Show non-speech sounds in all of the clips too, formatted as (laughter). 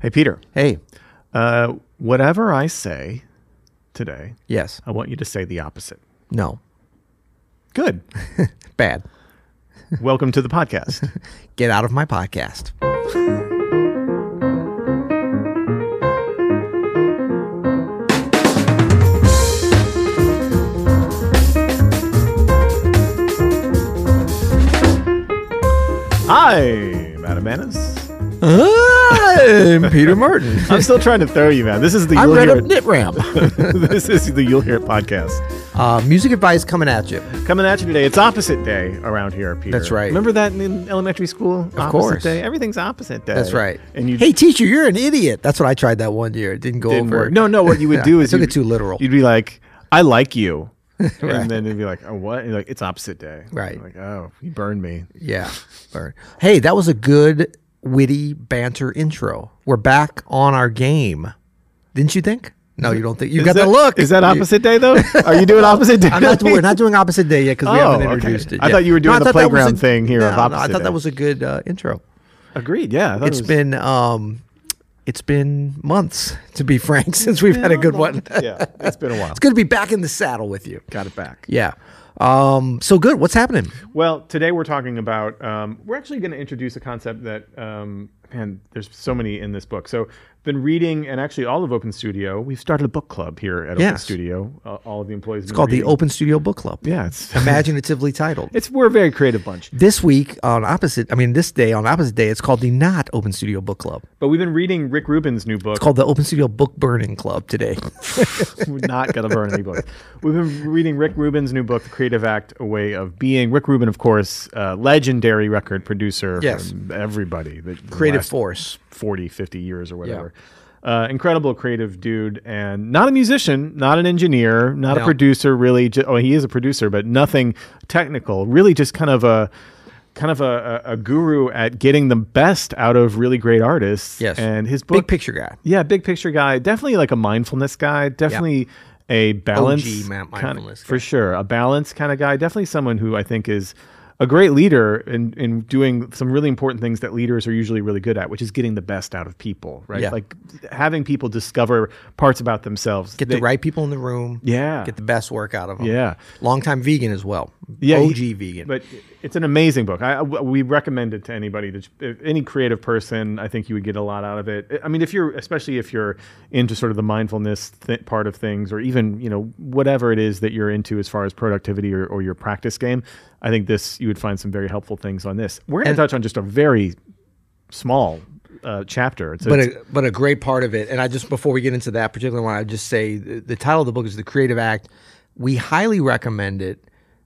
Hey, Peter, Hey, uh, whatever I say today, yes, I want you to say the opposite. no, (laughs) Good. bad. Welcome to the podcast. Get out of my podcast. Hi, Madam Manas. I'm (laughs) Peter Martin. I'm still trying to throw you, man. This is the I'm you'll Red hear Up it. (laughs) Nitram. this is the you'll hear it podcast Uh, music advice coming at you. coming at you today. It's opposite day around here, Peter. That's right. Remember that in elementary school? Of opposite course. Day. Everything's opposite day. That's right. And you hey, teacher, you're an idiot. That's what I tried that one year. It didn't go didn't over. work. No, no. What (laughs) you would do I is took you'd- it too literal. You'd be like, "I like you," (laughs) Right. and then it'd be like, "Oh, what?" And you're like, "It's opposite day." Right. Like, oh, you burned me. Yeah. Burn. Hey, that was a good witty banter intro. We're back on our game. Didn't you think? No, you don't think. You Is got that, the look. Is that You- opposite day (laughs) though? Are you doing opposite day? (laughs) I'm (laughs) not, we're not doing opposite day yet because we Oh, haven't introduced okay. it. I yet. thought you were doing I the thought that was playground thing here No, of no, I opposite thought day. that was a good uh, intro. Agreed. Yeah. I thought It's it was- been um, it's been months to be frank (laughs) since we've had a good one. (laughs) (laughs) it's yeah. (laughs) It's been a while. good to be back in the saddle with you. Got it back. Yeah. Um, so good. What's happening? Well, today we're talking about. Um, we're actually going to introduce a concept that, um, man, there's so many in this book. So, been reading, and actually all of Open Studio. We've started a book club here at Open Yes. Studio. Uh, all of the employees. It's Called the Open Studio Book Club. (laughs) Yeah, it's Imaginatively titled. it's we're a very creative bunch. This week on opposite, I mean this day on opposite day, it's called the not Open Studio Book Club. But we've been reading Rick Rubin's new book. It's called the Open Studio Book Burning Club today. (laughs) We're not gonna burn any books. We've been reading Rick Rubin's new book, The Creative Act: A Way of Being. Rick Rubin, of course, uh, legendary record producer. Yes. from everybody. The, the Creative last Force. 40, 50 years or whatever. Uh, incredible creative dude and not a musician, not an engineer, not a No. producer really. Ju- oh, he is a producer, but nothing technical. Really just kind of a kind of a, a, a guru at getting the best out of really great artists. Yes. And his book Big picture guy. Yeah, big picture guy. Definitely like a mindfulness guy. Definitely a balance OG ma- kinda- mindfulness guy. for sure. A balance kind of guy. Definitely someone who I think is a great leader in, in doing some really important things that leaders are usually really good at, which is getting the best out of people, right? Yeah. Like having people discover parts about themselves. Get they- the right people in the room. Yeah. Get the best work out of them. Yeah. Longtime vegan as well. Yeah, OG he- vegan. But it's an amazing book. I, I- we recommend it to anybody, that, if any creative person. I think you would get a lot out of it. I mean, if you're, especially if you're into sort of the mindfulness th- part of things, or even you know whatever it is that you're into as far as productivity or, or your practice game, I think this you would find some very helpful things on this. We're going And- to touch on just a very small uh, chapter. It's, but it's- a, but a great part of it. And I just before we get into that particular one, I just say the, the title of the book is The Creative Act. We highly recommend it.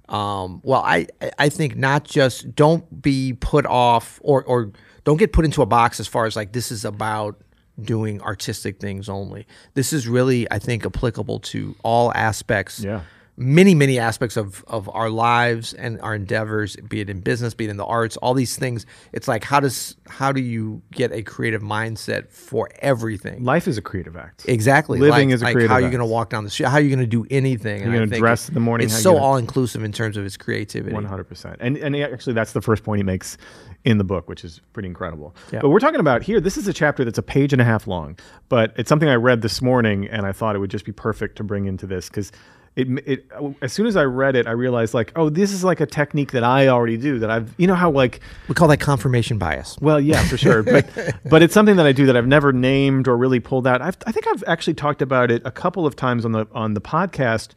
Um, well, I I think not just don't be put off or or don't get put into a box as far as like this is about doing artistic things only. This is really I think applicable to all aspects. Yeah. Many, many aspects of, of our lives and our endeavors, be it in business, be it in the arts, all these things. It's like how does how do you get a creative mindset for everything? life is a creative act. Exactly. Living like, is a like creative How are you act. going to walk down the street? How are you going to do anything? You're gonna dress in the morning, how It's you so gonna- all inclusive in terms of its creativity. One hundred percent, and and actually that's the first point he makes in the book, which is pretty incredible. Yeah. But we're talking about here. This is a chapter that's a page and a half long, but it's something I read this morning, and I thought it would just be perfect to bring into this because it, it as soon as I read it, I realized like, oh, this is like a technique that I already do that I've you know how like We call that confirmation bias. (laughs) well, yeah, for sure. But but it's something that I do that I've never named or really pulled out. I've, I think I've actually talked about it a couple of times on the on the podcast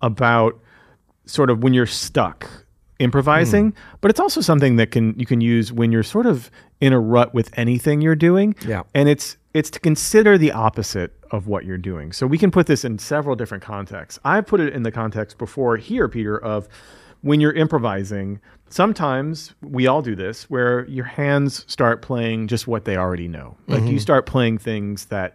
about sort of when you're stuck improvising, but it's also something that can you can use when you're sort of in a rut with anything you're doing. Yeah. And it's it's to consider the opposite of what you're doing. So we can put this in several different contexts. I put it in the context before here, Peter, of when you're improvising, sometimes we all do this where your hands start playing just what they already know. Like Mm-hmm. you start playing things that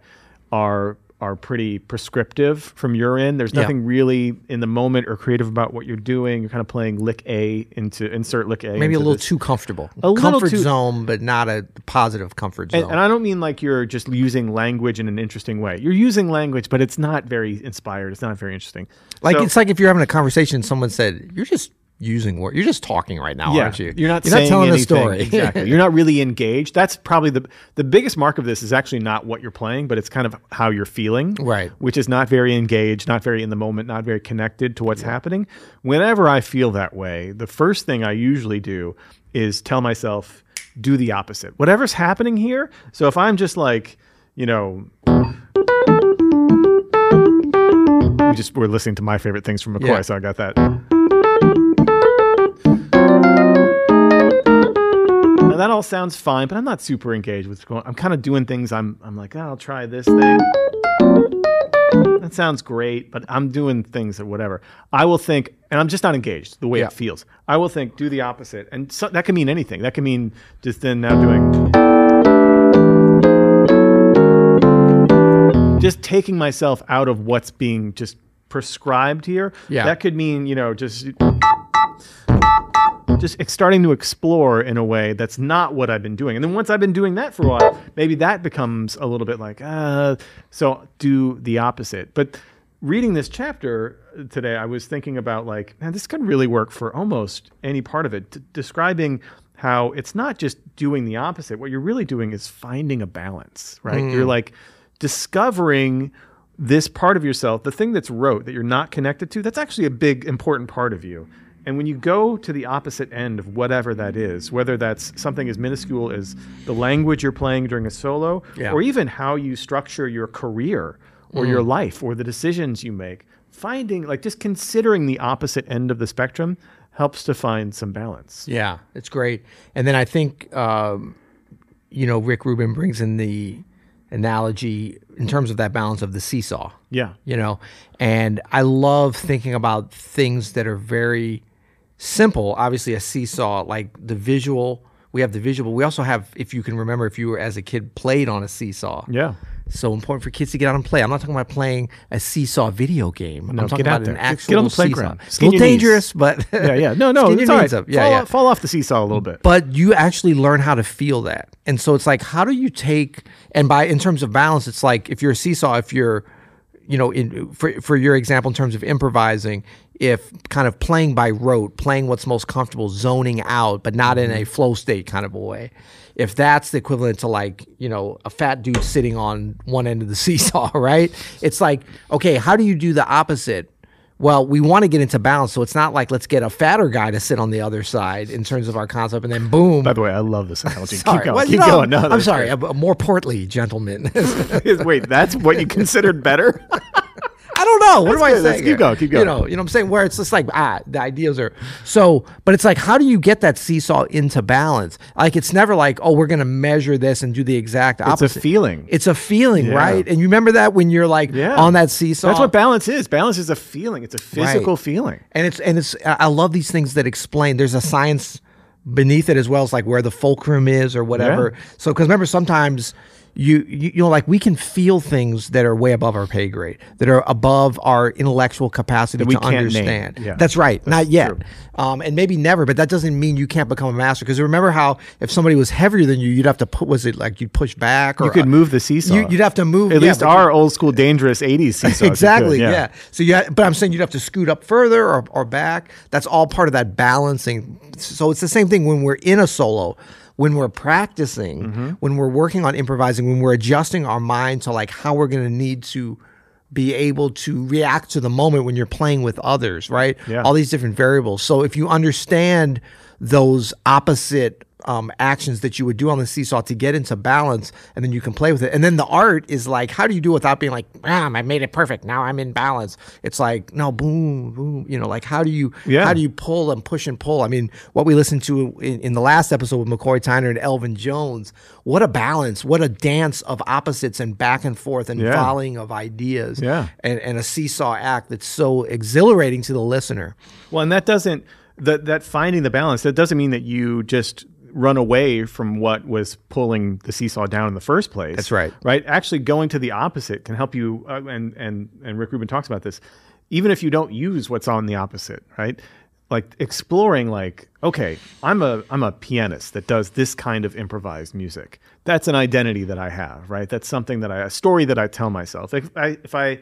are are pretty prescriptive from your end. There's Yeah. nothing really in the moment or creative about what you're doing. You're kind of playing lick A into insert lick A. Maybe into a little this. too comfortable. A little comfort too- zone, but not a positive comfort zone. And, uh, and I don't mean like you're just using language in an interesting way. You're using language, but it's not very inspired. It's not very interesting. like So- it's like if you're having a conversation, and someone said, "You're just using words. You're just talking right now, yeah, aren't you? are not you're not saying telling anything. a story. (laughs) exactly. You're not really engaged. That's probably the the biggest mark of this is actually not what you're playing, but it's kind of how you're feeling. Right. Which is not very engaged, not very in the moment, not very connected to what's happening. Whenever I feel that way, the first thing I usually do is tell myself do the opposite. Whatever's happening here. So if I'm just like, you know, we just were listening to my favorite things from McCoy, Yeah. so I got that. Now, that all sounds fine, but I'm not super engaged with what's going. I'm kind of doing things. I'm I'm like, "Oh, I'll try this thing. That sounds great, but I'm doing things or whatever. I will think, and I'm just not engaged the way Yeah. it feels. I will think, do the opposite, and so, that can mean anything. That can mean just then now doing. Just taking myself out of what's being just prescribed here. Yeah. That could mean, you know, just just ex- starting to explore in a way that's not what I've been doing. And then once I've been doing that for a while, maybe that becomes a little bit like, uh, so do the opposite. But reading this chapter uh, today, I was thinking about like, man, this could really work for almost any part of it, d- describing how it's not just doing the opposite. What you're really doing is finding a balance, right? You're like discovering this part of yourself, the thing that's rote that you're not connected to, that's actually a big important part of you. And when you go to the opposite end of whatever that is, whether that's something as minuscule as the language you're playing during a solo, Yeah. Mm. or even how you structure your career or your life or the decisions you make, finding like just considering the opposite end of the spectrum helps to find some balance. Yeah, it's great. And then I think, um, you know, Rick Rubin brings in the analogy in terms of that balance of the seesaw. Yeah. You know, and I love thinking about things that are very simple. Obviously, a seesaw, like the visual. We have the visual. We also have, if you can remember, if you were as a kid played on a seesaw. (laughs) Yeah. So important for kids to get out and play. I'm not talking about playing a seesaw video game. I'm talking get out about there. an Get- actual get on the seesaw. playground. It's a Skin little your knees. dangerous, but Yeah, yeah. No, no, (laughs) Skin your it's all right. knees up. Yeah, fall, yeah. fall off the seesaw a little bit. but you actually learn how to feel that and so it's like how do you take and by in terms of balance it's like if you're a seesaw if you're you know in for, for your example in terms of improvising if kind of playing by rote playing what's most comfortable zoning out but not in a flow state kind of a way if that's the equivalent to like you know a fat dude sitting on one end of the (laughs) seesaw right it's like okay how do you do the opposite well, we want to get into balance, so it's not like let's get a fatter guy to sit on the other side in terms of our concept, and then boom. By the way, I love this (laughs) analogy. Sorry. keep going. Well, keep no, going. No, I'm that's sorry, a, a more portly gentleman. (laughs) I great. (laughs) Wait, that's what you considered better? don't know. What am I good. saying? Let's keep here? going, keep You going. know, you know what I'm saying? Where it's just like ah, the ideas are so, but it's like how do you get that seesaw into balance? Like it's never like oh, we're gonna measure this and do the exact it's a (laughs) opposite. feeling. It's a feeling, Yeah. right? And you remember that when you're like Yeah. on that seesaw. That's what balance is. Balance is a feeling. It's a physical Right. feeling. and it's and it's I I love these things that explain. There's a science beneath it as well as like where the fulcrum is or whatever. So because remember sometimes you, you you know like we can feel things that are way above our pay grade that are above our intellectual capacity we to can't name. understand. Yeah. That's right. Not yet. true. Um, and maybe never, but that doesn't mean you can't become a master. Because remember how if somebody was heavier than you, you'd have to put was it like you'd push back or You could move the seesaw. You, would have to move At yeah, least but you- our old school dangerous 80s (laughs) seesaws. you could, exactly. yeah. So you, ha- but I'm saying you'd have to scoot up further or, or back. That's all part of that balancing. So it's the same thing when we're in a solo, when we're practicing, when we're working on improvising, when we're adjusting our mind to like how we're going to need to be able to react to the moment when you're playing with others, right? Yeah. All these different variables. So if you understand those opposite um, actions that you would do on the seesaw to get into balance, and then you can play with it. And then the art is like, how do you do it without being like, bam, I made it perfect. Now I'm in balance. It's like, no, boom, boom. You know, like how do you, Yeah. how do you pull and push and pull? I mean, what we listened to in, in the last episode with McCoy Tyner and Elvin Jones, what a balance, what a dance of opposites and back and forth and Yeah. volleying of ideas Yeah. and, and a seesaw act that's so exhilarating to the listener. Well, and that doesn't that that finding the balance. That doesn't mean that you just run away from what was pulling the seesaw down in the first place. That's right. Right. Actually, going to the opposite can help you. Uh, and and and Rick Rubin talks about this. Even if you don't use what's on the opposite, right? Like exploring, like okay, I'm a I'm a pianist that does this kind of improvised music. That's an identity that I have, right? That's something that I a story that I tell myself. If I if I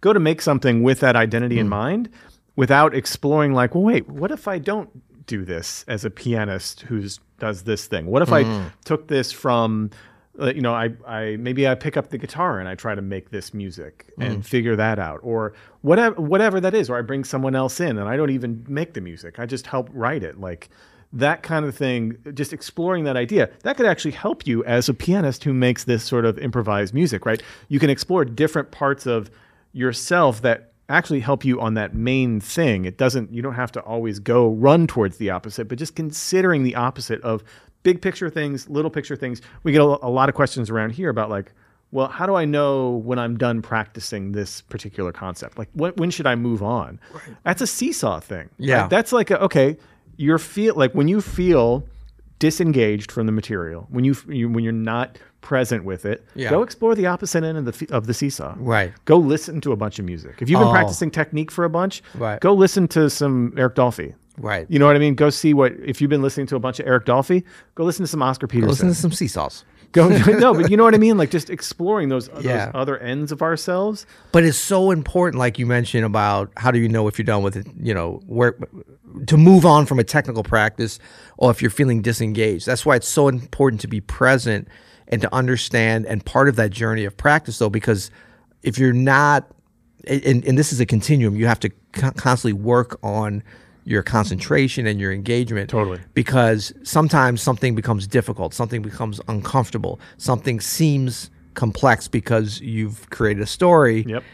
go to make something with that identity in mind, without exploring like, well, wait, what if I don't do this as a pianist who's does this thing? What if I took this from uh, you know, I, I maybe I pick up the guitar and I try to make this music and figure that out, or whatever whatever that is, or I bring someone else in and I don't even make the music, I just help write it, like that kind of thing. Just exploring that idea that could actually help you as a pianist who makes this sort of improvised music, right? You can explore different parts of yourself that actually help you on that main thing. It doesn't you don't have to always go run towards the opposite, but just considering the opposite of big picture things, little picture things. We get a, a lot of questions around here about like, well, how do I know when I'm done practicing this particular concept? Like when, when should I move on? That's a seesaw thing. Yeah. Like, that's like a, okay, you're feel like when you feel disengaged from the material, when you, f- you when you're not present with it, Yeah. go explore the opposite end of the f- of the seesaw. Right. Go listen to a bunch of music. If you've been Oh. practicing technique for a bunch, Right. go listen to some Eric Dolphy. Right. You know what I mean? Go see what if you've been listening to a bunch of Eric Dolphy, go listen to some Oscar Listen Peterson. to some seesaws. (laughs) Go (laughs) no, but you know what I mean? Like just exploring those, Yeah. those other ends of ourselves. But it's so important, like you mentioned about how do you know if you're done with it, you know, where to move on from a technical practice or if you're feeling disengaged. That's why it's so important to be present and to understand and part of that journey of practice, though, because if you're not, and, and this is a continuum, you have to con- constantly work on your concentration and your engagement. Totally. Because sometimes something becomes difficult, something becomes uncomfortable, something seems complex because you've created a story Yep.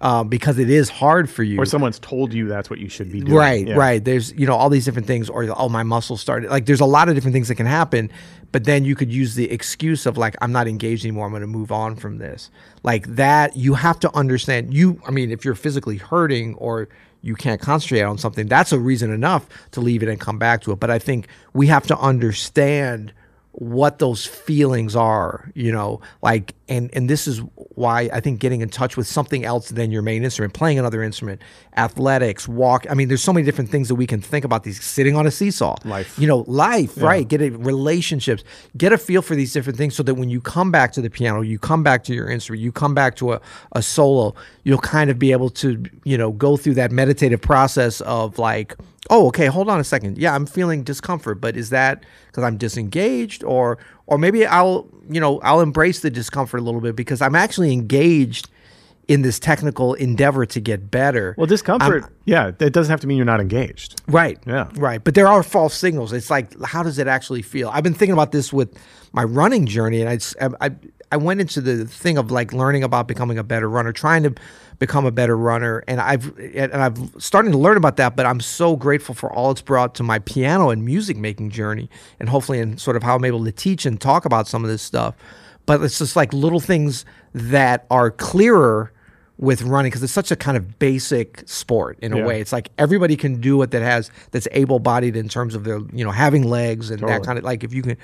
uh, because it is hard for you. Or someone's told you that's what you should be doing. right, Yeah. right. There's you know all these different things, or oh my muscle started. Like there's a lot of different things that can happen, but then you could use the excuse of like I'm not engaged anymore. I'm going to move on from this. Like that, you have to understand. You, I mean, if you're physically hurting or you can't concentrate on something, that's a reason enough to leave it and come back to it. But I think we have to understand what those feelings are you know like and and this is why i think getting in touch with something else than your main instrument playing another instrument athletics walk i mean there's so many different things that we can think about these sitting on a seesaw Life. you know life right get it relationships get a feel for these different things so that when you come back to the piano you come back to your instrument you come back to a, a solo you'll kind of be able to you know go through that meditative process of like oh okay hold on a second yeah i'm feeling discomfort but is that because i'm disengaged or or maybe i'll you know i'll embrace the discomfort a little bit because i'm actually engaged in this technical endeavor to get better Well, discomfort, yeah, that doesn't have to mean you're not engaged. Right. Yeah. Right. But there are false signals. It's like, how does it actually feel? I've been thinking about this with my running journey, and I s- I, I, I went into the thing of like learning about becoming a better runner, trying to become a better runner, and I've and I've starting to learn about that. But I'm so grateful for all it's brought to my piano and music making journey, and hopefully, in sort of how I'm able to teach and talk about some of this stuff. But it's just like little things that are clearer with running because it's such a kind of basic sport in Yeah. a way. It's like everybody can do it that has that's able bodied in terms of their you know having legs and that Totally. kind of like if you can,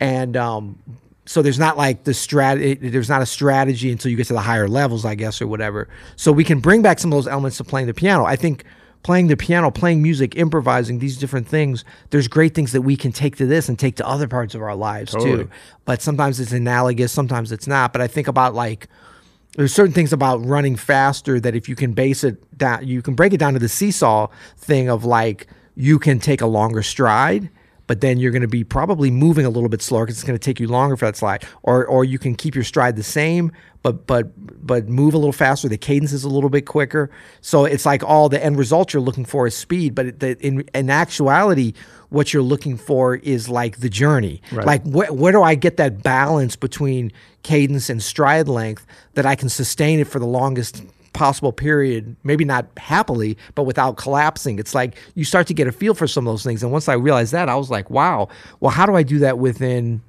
and um, so there's not like the strat it- there's not a strategy until you get to the higher levels I guess or whatever. So we can bring back some of those elements to playing the piano. I think playing the piano, playing music, improvising these different things. There's great things that we can take to this and take to other parts of our lives Totally. too. But sometimes it's analogous, sometimes it's not. But I think about like there's certain things about running faster that if you can base it down, you can break it down to the seesaw thing of like you can take a longer stride, but then you're going to be probably moving a little bit slower because it's going to take you longer for that slide, or or you can keep your stride the same, but but but move a little faster. The cadence is a little bit quicker, so it's like all the end result you're looking for is speed, but it, the, in in actuality, what you're looking for is like the journey, like wh- where do I get that balance between cadence and stride length that I can sustain it for the longest possible period, maybe not happily, but without collapsing. It's like you start to get a feel for some of those things. And once I realized that, I was like, wow, well, how do I do that within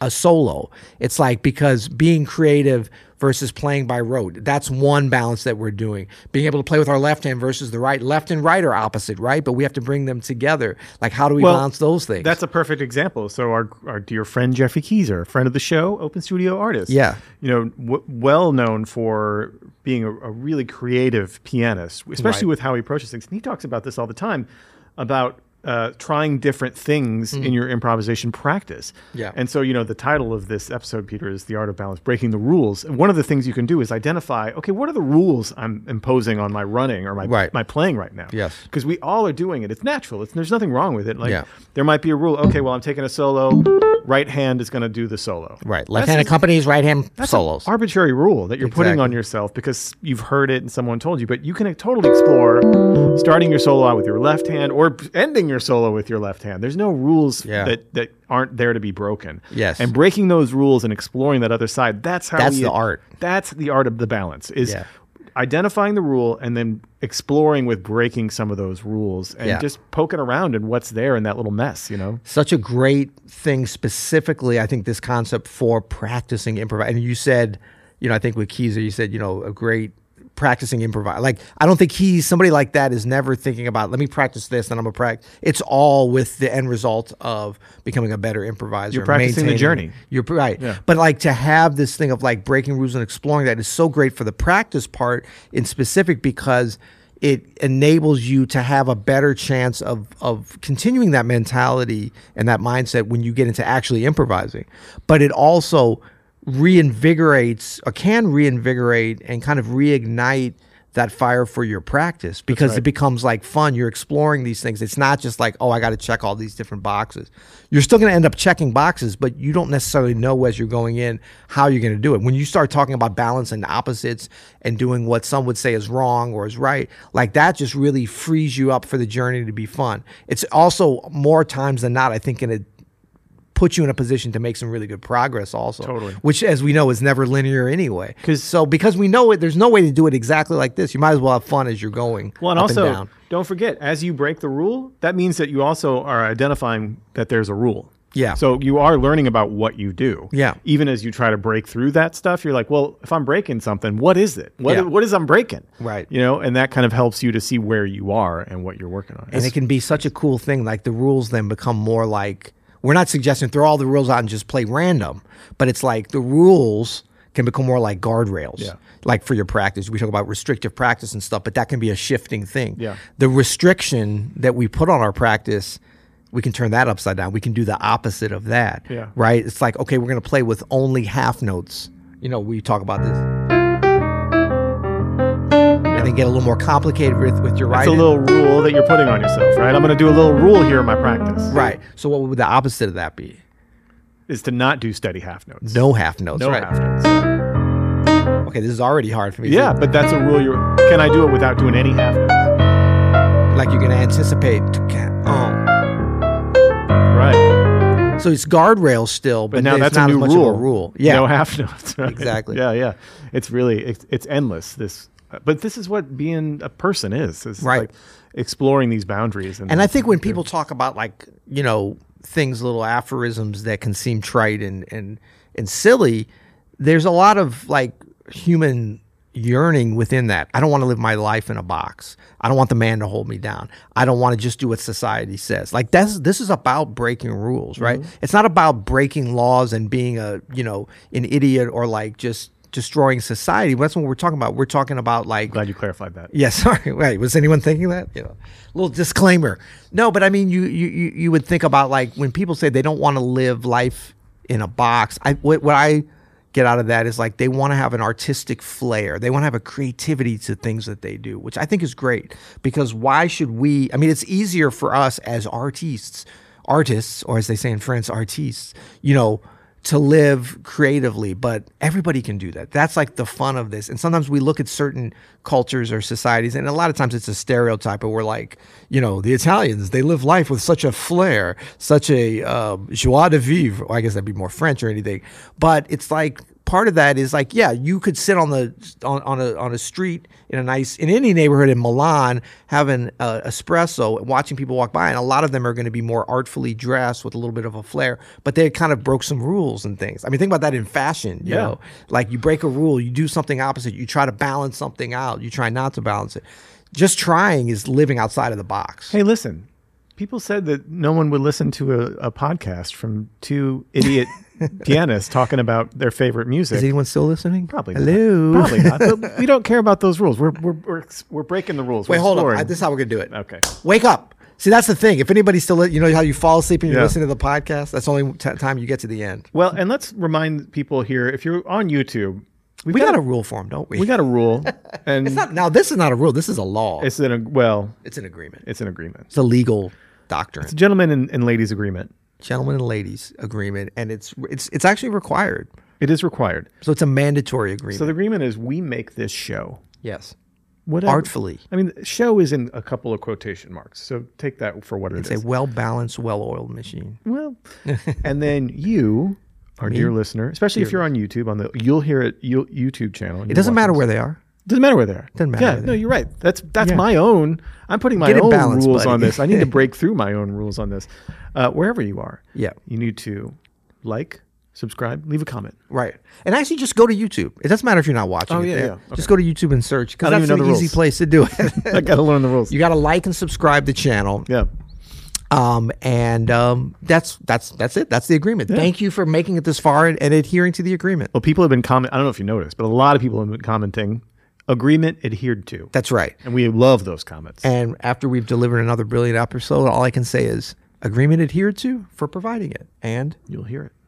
a solo? It's like because being creative versus playing by rote, that's one balance that we're doing. Being able to play with our left hand versus the right. Left and right are opposite, right? But we have to bring them together. Like, how do we Well, balance those things? That's a perfect example. So our our dear friend Jeffrey Keyser, friend of the show, open studio artist. Yeah. you know, w- well known for being a, a really creative pianist, especially Right. with how he approaches things. And he talks about this all the time about uh, trying different things in your improvisation practice. Mm-hmm. Yeah. And so, you know, the title of this episode, Peter, is The Art of Balance Breaking the Rules. And one of the things you can do is identify okay, what are the rules I'm imposing on my running or my, Right. my playing right now? Yes. Because we all are doing it. It's natural, it's, there's nothing wrong with it. Like, Yeah. there might be a rule okay, well, I'm taking a solo, right hand is going to do the solo. Right. That's Left-handed just- companies, right-hand solos. arbitrary rule that you're putting Exactly. on yourself because you've heard it and someone told you, but you can totally explore starting your solo out with your left hand or ending your solo with your left hand. There's no rules Yeah. that, that aren't there to be broken. Yes. And breaking those rules and exploring that other side, that's how That's we- the art. That's the art of the balance is Yeah. identifying the rule and then exploring with breaking some of those rules and Yeah. just poking around and what's there in that little mess, you know? such a great thing specifically i think this concept for practicing improv and you said you know i think with keezer you said you know a great practicing improv like i don't think he's somebody like that is never thinking about let me practice this and i'm gonna practice it's all with the end result of becoming a better improviser you're practicing the journey. you're right but like to have this thing of like breaking rules and exploring that is so great for the practice part in specific because it enables you to have a better chance of of continuing that mentality and that mindset when you get into actually improvising but it also reinvigorates or can reinvigorate and kind of reignite that fire for your practice because it becomes like fun. You're exploring these things. It's not just like, oh, I got to check all these different boxes. You're still going to end up checking boxes, but you don't necessarily know as you're going in how you're going to do it. When you start talking about balance and opposites and doing what some would say is wrong or is right, like that just really frees you up for the journey to be fun. It's also more times than not, I think, in a put you in a position to make some really good progress also Totally. which as we know is never linear anyway 'Cause- so because we know it there's no way to do it exactly like this you might as well have fun as you're going Well, and up also, and down don't forget, as you break the rule, that means that you also are identifying that there's a rule. Yeah. So you are learning about what you do. Yeah. Even as you try to break through that stuff, you're like, well, if I'm breaking something, what is it? What, Yeah. what is I'm breaking? Right. You know, and that kind of helps you to see where you are and what you're working on. and it can be such a cool thing like the rules then become more like we're not suggesting throw all the rules out and just play random but it's like the rules can become more like guardrails Yeah. like for your practice we talk about restrictive practice and stuff but that can be a shifting thing Yeah. the restriction that we put on our practice we can turn that upside down we can do the opposite of that Yeah. right it's like okay we're going to play with only half notes you know we talk about this and then get a little more complicated with, with your it's right a little rule that you're putting on yourself, right? I'm going to do a little rule here in my practice Right. So what would the opposite of that be? is to not do steady half notes. No half notes. No right. half notes. Okay, this is already hard for me. Yeah, but that's a rule you're. Can I do it without doing any half notes? Like you're gonna anticipate. to ca- Oh. Right. So it's guardrails still, but, But now it's that's not a new as much rule. Of a rule. Yeah. no half (laughs) notes. right? Exactly. Yeah, yeah. It's really it's, it's endless. This, uh, but this is what being a person is. is Right. Like exploring these boundaries and, And I think when people talk about like you know things, little aphorisms that can seem trite and and and silly, there's a lot of like human yearning within that. I don't want to live my life in a box. I don't want the man to hold me down. I don't want to just do what society says. Like that's this is about breaking rules, right? It's not about breaking laws and being a you know an idiot or like just destroying society. That's what we're talking about. We're talking about like glad you clarified that. yeah, (laughs) sorry. Wait, was anyone thinking that? You know, little disclaimer. No, but I mean, you you you you would think about like when people say they don't want to live life in a box. I what, what I get out of that is like they want to have an artistic flair. They want to have a creativity to things that they do, which I think is great because why should we? I mean, it's easier for us as artists, artists, or as they say in France, artistes. You know, to live creatively, but everybody can do that. That's like the fun of this. And sometimes we look at certain cultures or societies, and a lot of times it's a stereotype, but we're like, you know, the Italians, they live life with such a flair, such a um, joie de vivre. Well, I guess that'd be more French or anything. But it's like, part of that is like, yeah, you could sit on the on, on a on a street in a nice in any neighborhood in Milan having uh, espresso and watching people walk by, and a lot of them are going to be more artfully dressed with a little bit of a flair, but they kind of broke some rules and things. I mean, think about that in fashion. You Yeah. know, like you break a rule, you do something opposite, you try to balance something out, you try not to balance it. Just trying is living outside of the box. Hey, listen. People said that no one would listen to a, a podcast from two (laughs) idiot pianists talking about their favorite music. Is anyone still listening? Probably not. Hello. Probably not. (laughs) But we don't care about those rules. We're we're we're, we're breaking the rules. Wait, We're hold on. exploring. I- This is how we're gonna do it. Okay. Wake up. See, that's the thing. If anybody's still, li- you know how you fall asleep and you're Yeah. listening to the podcast. That's the only t- time you get to the end. Well, and let's remind people here if you're on YouTube, We, got, a rule for him, don't we? we got a rule, and it's, (laughs) It's not- now, this is not a rule. This is a law. It's, an ag- well, an agreement. it's an agreement. It's a legal doctrine, It's a gentleman and, and ladies agreement. gentlemen and ladies agreement, and it's it's it's actually required. It is required. So it's a mandatory agreement. So the agreement is we make this show. yes, Whatever. artfully. I mean, show is in a couple of quotation marks, so take that for what it It's a is. well balanced, well oiled machine. well, (laughs) and then you, our dear listener, especially if you're on YouTube, on the you'll hear it you YouTube channel. It doesn't matter where they are. Doesn't matter where they are. Doesn't matter Yeah, where they no, you're right. That's that's my own. I'm putting my Get it own balanced, rules buddy. on this. I (laughs) need to break through my own rules on this. Uh, wherever you are, Yeah. you need to like, subscribe, leave a comment. Right. And actually, just go to YouTube. It doesn't matter if you're not watching. Oh, it yeah, there. yeah. Okay. Just go to YouTube and search because I don't that's even an know the easy rules. place to do (laughs) it. (laughs) I got to learn the rules. you got to like and subscribe the channel. yeah, Um, and um, that's that's that's it. That's the agreement. Thank you for making it this far and, and adhering to the agreement. well, people have been comment. I don't know if you noticed, but a lot of people have been commenting. Agreement adhered to, That's right. and we love those comments. And after we've delivered another brilliant episode, all I can say is agreement adhered to for providing it. And You'll hear it.